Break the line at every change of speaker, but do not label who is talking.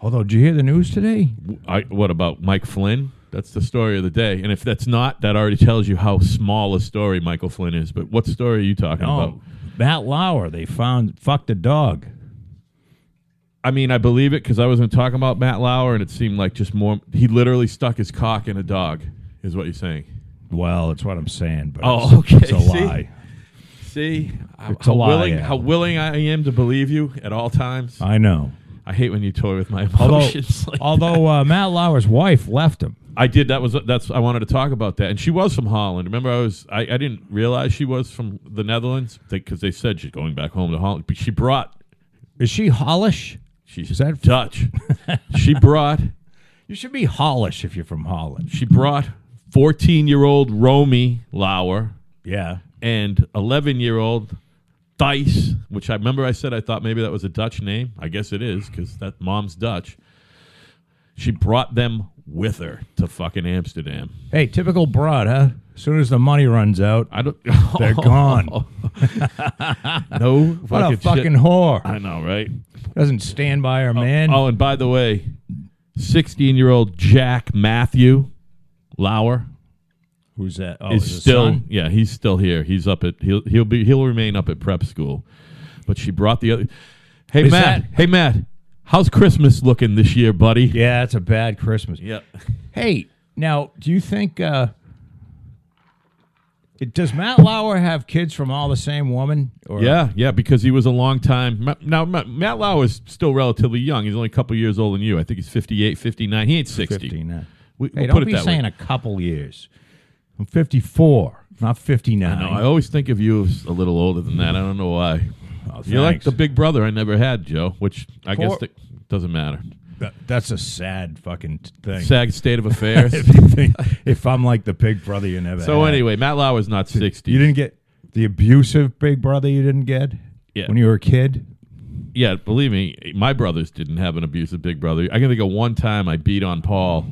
Although, did you hear the news today?
I, what about Mike Flynn? That's the story of the day. And if that's not, that already tells you how small a story Michael Flynn is. But what story are you talking about?
Oh, Matt Lauer, they found fucked a dog.
I mean, I believe it because I was going to talk about Matt Lauer, and it seemed like just more. He literally stuck his cock in a dog, is what you're saying.
Well, that's what I'm saying. But
Oh,
it's-
okay,
It's a
see?
lie.
See, how,
It's a
how
lie,
willing
Al.
how willing I am to believe you at all times.
I know.
I hate when you toy with my
Uh, Although,
emotions. Oh, like
although uh, Matt Lauer's wife left him.
I did. That was that's. I wanted to talk about that, and she was from Holland. Remember, I was. I, I didn't realize she was from the Netherlands because they said she's going back home to Holland. But she brought.
Is she Hollish?
She's
Is that-
Dutch? she brought.
You should be Hollish if you're from Holland.
She brought fourteen-year-old Romy Lauer
Yeah.
and eleven-year-old Thijs, which I remember I said I thought maybe that was a Dutch name. I guess it is because that mom's Dutch. She brought them with her to fucking Amsterdam.
Hey, typical broad, huh? As soon as the money runs out,
I don't.
they're gone.
no
What
fucking
a
shit.
fucking whore.
I know, right?
Doesn't stand by her man.
Oh, and by the way, 16 year old Jack Matthew Lauer
Who's that? Oh,
is
his
still,
son?
yeah, he's still here. He's up at, he'll, he'll be, he'll remain up at prep school. But she brought the other, hey,
Is
Matt,
that-
hey, Matt, how's Christmas looking this year, buddy?
Yeah, it's a bad Christmas.
Yeah.
Hey, now, do you think uh, it, does Matt Lauer have kids from all the same woman? Or,
Yeah, yeah, because he was a long time. Ma- Now, Ma- Matt Lauer is still relatively young. He's only a couple years older than you. I think he's 58, 59. He ain't 60.
59.
We,
Hey,
we'll
don't
put it
be
that way.
saying a couple years. I'm 54, not 59.
No, I always think of you as a little older than that. I don't know why.
Oh,
You're like
thanks.
the big brother I never had, Joe, which I guess
Poor-
that doesn't matter.
That- that's a sad fucking t- thing.
Sag state of affairs.
if, you think- if I'm like the big brother you never
so
had.
anyway, Matt Lauer is not 60.
you didn't get the abusive big brother you didn't get
Yeah.
when you were a kid?
yeah, believe me, my brothers didn't have an abusive big brother. I can think of one time I beat on Paul